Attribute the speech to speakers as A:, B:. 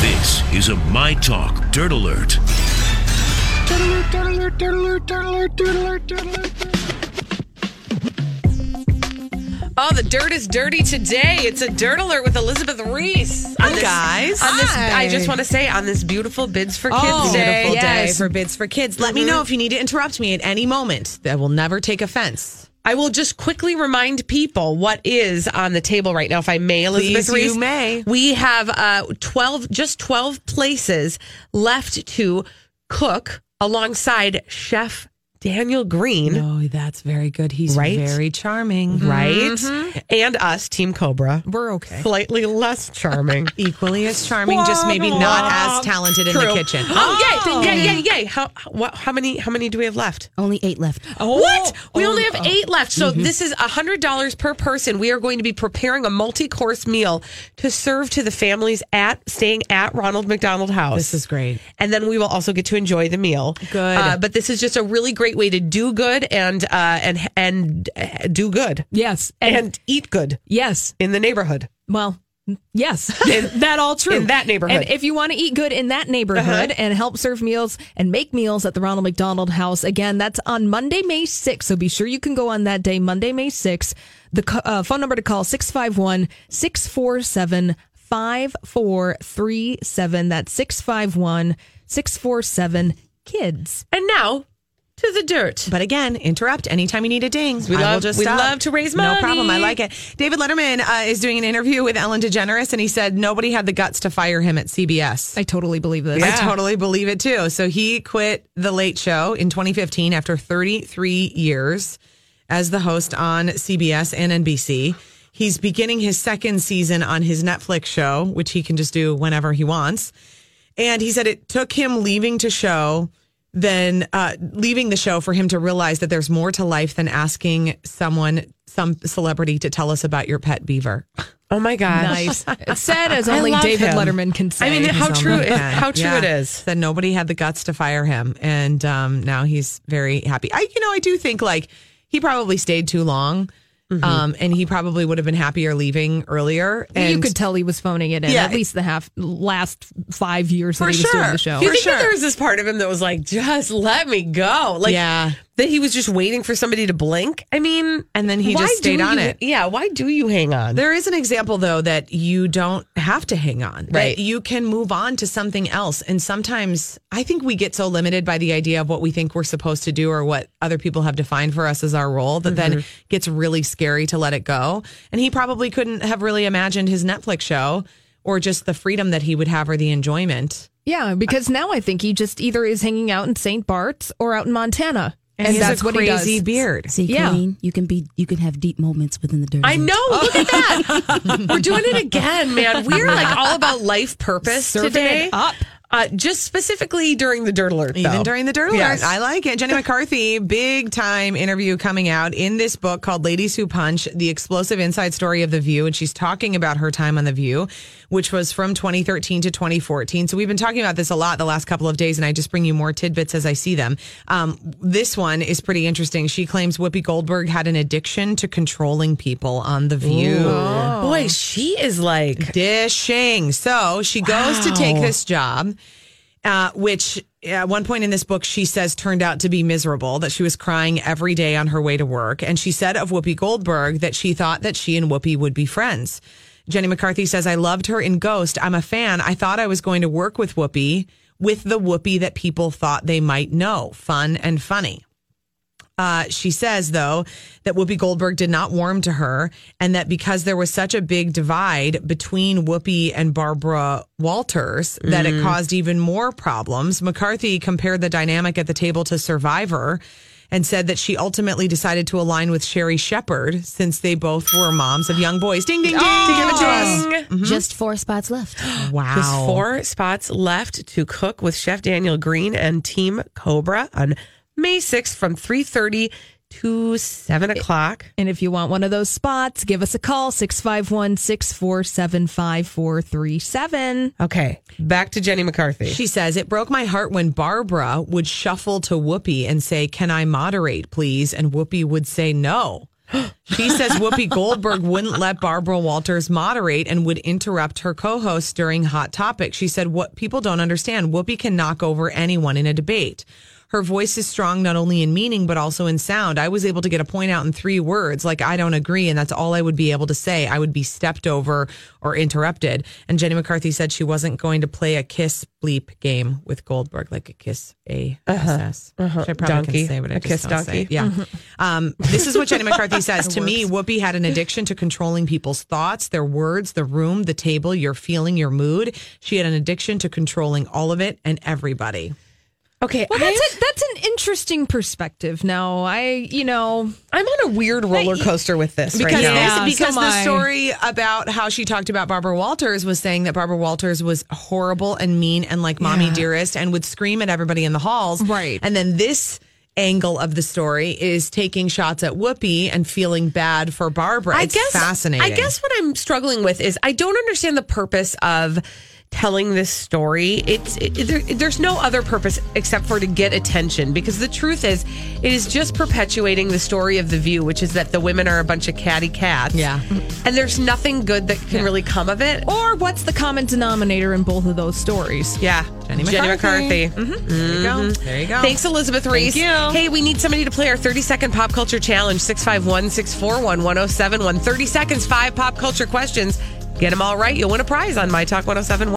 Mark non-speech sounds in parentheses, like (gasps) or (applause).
A: This is a My Talk Dirt Alert.
B: Oh, the dirt is dirty today. It's a dirt alert with Elizabeth Reese.
C: Hi, guys.
B: On this,
C: Hi.
B: I just want to say on this beautiful bids for kids
C: Oh,
B: day.
C: beautiful
B: Yes. Mm-hmm.
C: day for bids for kids. Let me know if you need to interrupt me at any moment. I will never take offense.
B: I will just quickly remind people what is on the table right now, if I may, Elizabeth
C: Please, you
B: Reese.
C: may.
B: We have uh, twelve, just twelve places left to cook alongside Chef Daniel Green.
C: No, Oh, that's very good. He's
B: Right? Mm-hmm.
C: very charming.
B: Right? And us, Team Cobra.
C: We're okay.
B: Slightly less charming.
C: Equally as charming, just maybe not as talented in the
B: True.
C: kitchen.
B: Oh, (gasps) yay, yay, yay, yay. How, what, how many how many do we have left?
D: Only eight left.
B: What? We
C: oh, Mm-hmm.
B: only have eight left. So this is hundred dollars per person. We are going to be preparing a multi-course meal to serve to the families at staying at Ronald McDonald House.
C: This is great.
B: And then we will also get to enjoy the meal.
C: Good.
B: Uh, but this is just a really great way to do good and uh, and and uh, do good
C: Yes.
B: and eat good
D: Yes.
B: in the neighborhood.
D: Well, yes. (laughs) that all true.
B: in that neighborhood. Uh-huh.
D: And if you want to eat good in that neighborhood and help serve meals and make meals at the Ronald McDonald House, again, that's on Monday, May 6th. So be sure you can go on that day, Monday, May 6th. The co- uh, phone number to call 651 647 5437. That's 651 647 kids.
B: And now to the dirt.
C: But again, interrupt anytime you need a ding. We
B: love- we love to raise money.
C: No problem. I like it. David Letterman uh, is doing an interview with Ellen DeGeneres, and he said nobody had the guts to fire him at CBS.
D: I totally believe this.
C: I
B: (laughs)
C: totally believe it too. So he quit The Late Show in 2015 after 33 years as the host on CBS and NBC. He's beginning his second season on his Netflix show, which he can just do whenever he wants. And he said it took him leaving to show than uh, leaving the show for him to realize that there's more to life than asking someone, some celebrity, to tell us about your pet beaver.
B: Oh my god.
D: Nice. It's sad as
B: I
D: only
B: love
D: David
B: him.
D: Letterman can say.
B: I mean, how
C: He's on
B: true?
C: the
B: It,
C: pen.
B: how true
C: Yeah.
B: it is.
C: that nobody had the guts to fire him, and um, now he's very happy. I, you know, I do think like he probably stayed too long,
B: Mm-hmm.
C: um, and he probably would have been happier leaving earlier.
D: Well,
C: And
D: you could tell he was phoning it in
C: Yeah.
D: at least the half last five years
C: For
D: that he was doing
C: sure.
D: the show.
B: Do you
C: For
B: think that
C: sure.
B: there was this part of him that was like, just let me go? Like,
C: Yeah.
B: that he was just waiting for somebody to blink? I mean,
C: and then he
B: why
C: just
B: do
C: stayed on
B: you-
C: it.
B: Yeah, why do you hang on?
C: There is an example though that you don't have to hang on. that
B: Right.
C: you can move on to something else. And sometimes I think we get so limited by the idea of what we think we're supposed to do or what other people have defined for us as our role that then
D: Mm-hmm.
C: gets really scary to let it go. And he probably couldn't have really imagined his Netflix show or just the freedom that he would have or the enjoyment.
D: Yeah, because now I think he just either is hanging out in St. Bart's or out in Montana, and,
C: he has
D: that's
C: a
D: what he does.
C: crazy beard.
E: See,
D: Yeah.
E: Colleen, you can be you can have deep moments within the dirt.
B: I
E: alert.
B: know.
D: Oh.
B: Look at
D: (laughs)
B: that. We're doing it again, man. We're like all about life purpose
D: Serving
B: today.
D: it up.
B: Uh, just specifically during the dirt alert,
C: Even
B: though.
C: during the dirt alert.
B: Yes.
C: I like it. Jenny McCarthy, big time interview coming out in this book called Ladies Who Punch, The Explosive Inside Story of The View. And she's talking about her time on The View, which was from 2013 to 2014. So we've been talking about this a lot the last couple of days, and I just bring you more tidbits as I see them. Um, this one is pretty interesting. She claims Whoopi Goldberg had an addiction to controlling people on The View
B: Boy, she is like
C: dishing. So she goes to take
B: Wow.
C: this job, uh, which at one point in this book she says turned out to be miserable, that she was crying every day on her way to work. And she said of Whoopi Goldberg that she thought that she and Whoopi would be friends. Jenny McCarthy says, I loved her in Ghost. I'm a fan. I thought I was going to work with Whoopi with the Whoopi that people thought they might know. Fun and funny. Uh, she says, though, that Whoopi Goldberg did not warm to her, and that because there was such a big divide between Whoopi and Barbara Walters, that it caused even more problems. McCarthy compared the dynamic at the table to Survivor and said that she ultimately decided to align with Sherry Shepard since they both were moms of young boys. Ding, ding, ding.
B: Oh, ding.
E: Just four spots left.
C: Wow.
B: Just four spots left to cook with Chef Daniel Green and Team Cobra on May 6th from 3.30 to 7 o'clock.
D: (gasps) And if you want one of those spots, give us a call 651 647 5437.
B: Okay, back to Jenny McCarthy.
C: She says, It broke my heart when Barbara would shuffle to Whoopi and say, Can I moderate, please? And Whoopi would say no. She says Whoopi Goldberg wouldn't let Barbara Walters moderate and would interrupt her co host during Hot Topic. She said, What people don't understand, Whoopi can knock over anyone in a debate. Her voice is strong not only in meaning, but also in sound. I was able to get a point out in three words, like I don't agree, and that's all I would be able to say. I would be stepped over or interrupted. And Jenny McCarthy said she wasn't going to play a kiss bleep game with Goldberg, like a kiss A S S. Which I probably
B: Uh-huh. Donkey.
C: can say, but I
B: A
C: just
B: kiss
C: don't say
B: donkey.
C: it. Yeah. Um, this is what Jenny (laughs) McCarthy says. to me, Whoopi had an addiction to controlling people's thoughts, their words, the room, the table, your feeling, your mood. She had an addiction to controlling all of it and everybody.
B: Okay,
D: Well,
B: I'm,
D: that's, a, that's an interesting perspective. Now, I, you know, e-
B: I'm on a weird roller coaster with this
C: Because
B: right now.
D: Yeah.
C: this- because
D: so am
C: the
D: I.
C: story about how she talked about Barbara Walters was saying that Barbara Walters was horrible and mean and like mommy dearest and would scream at everybody in the halls.
D: Right.
C: And then this angle of the story is taking shots at Whoopi and feeling bad for Barbara. it's fascinating.
B: I guess what I'm struggling with is I don't understand the purpose of telling this story. It's it, there, there's no other purpose except for to get attention because the truth is it is just perpetuating the story of the view, which is that the women are a bunch of catty cats.
C: Yeah.
B: and there's nothing good that can really come of it.
D: or what's the common denominator in both of those stories?
B: yeah, Mm-hmm.
C: Jenny McCarthy. Mm-hmm. There you go. There you go.
B: Thanks, Elizabeth Reese. Hey, we need somebody to play our 30 second pop culture challenge 651 641 1071. 30 seconds, five pop culture questions. Get them all right. You'll win a prize on My Talk 1071.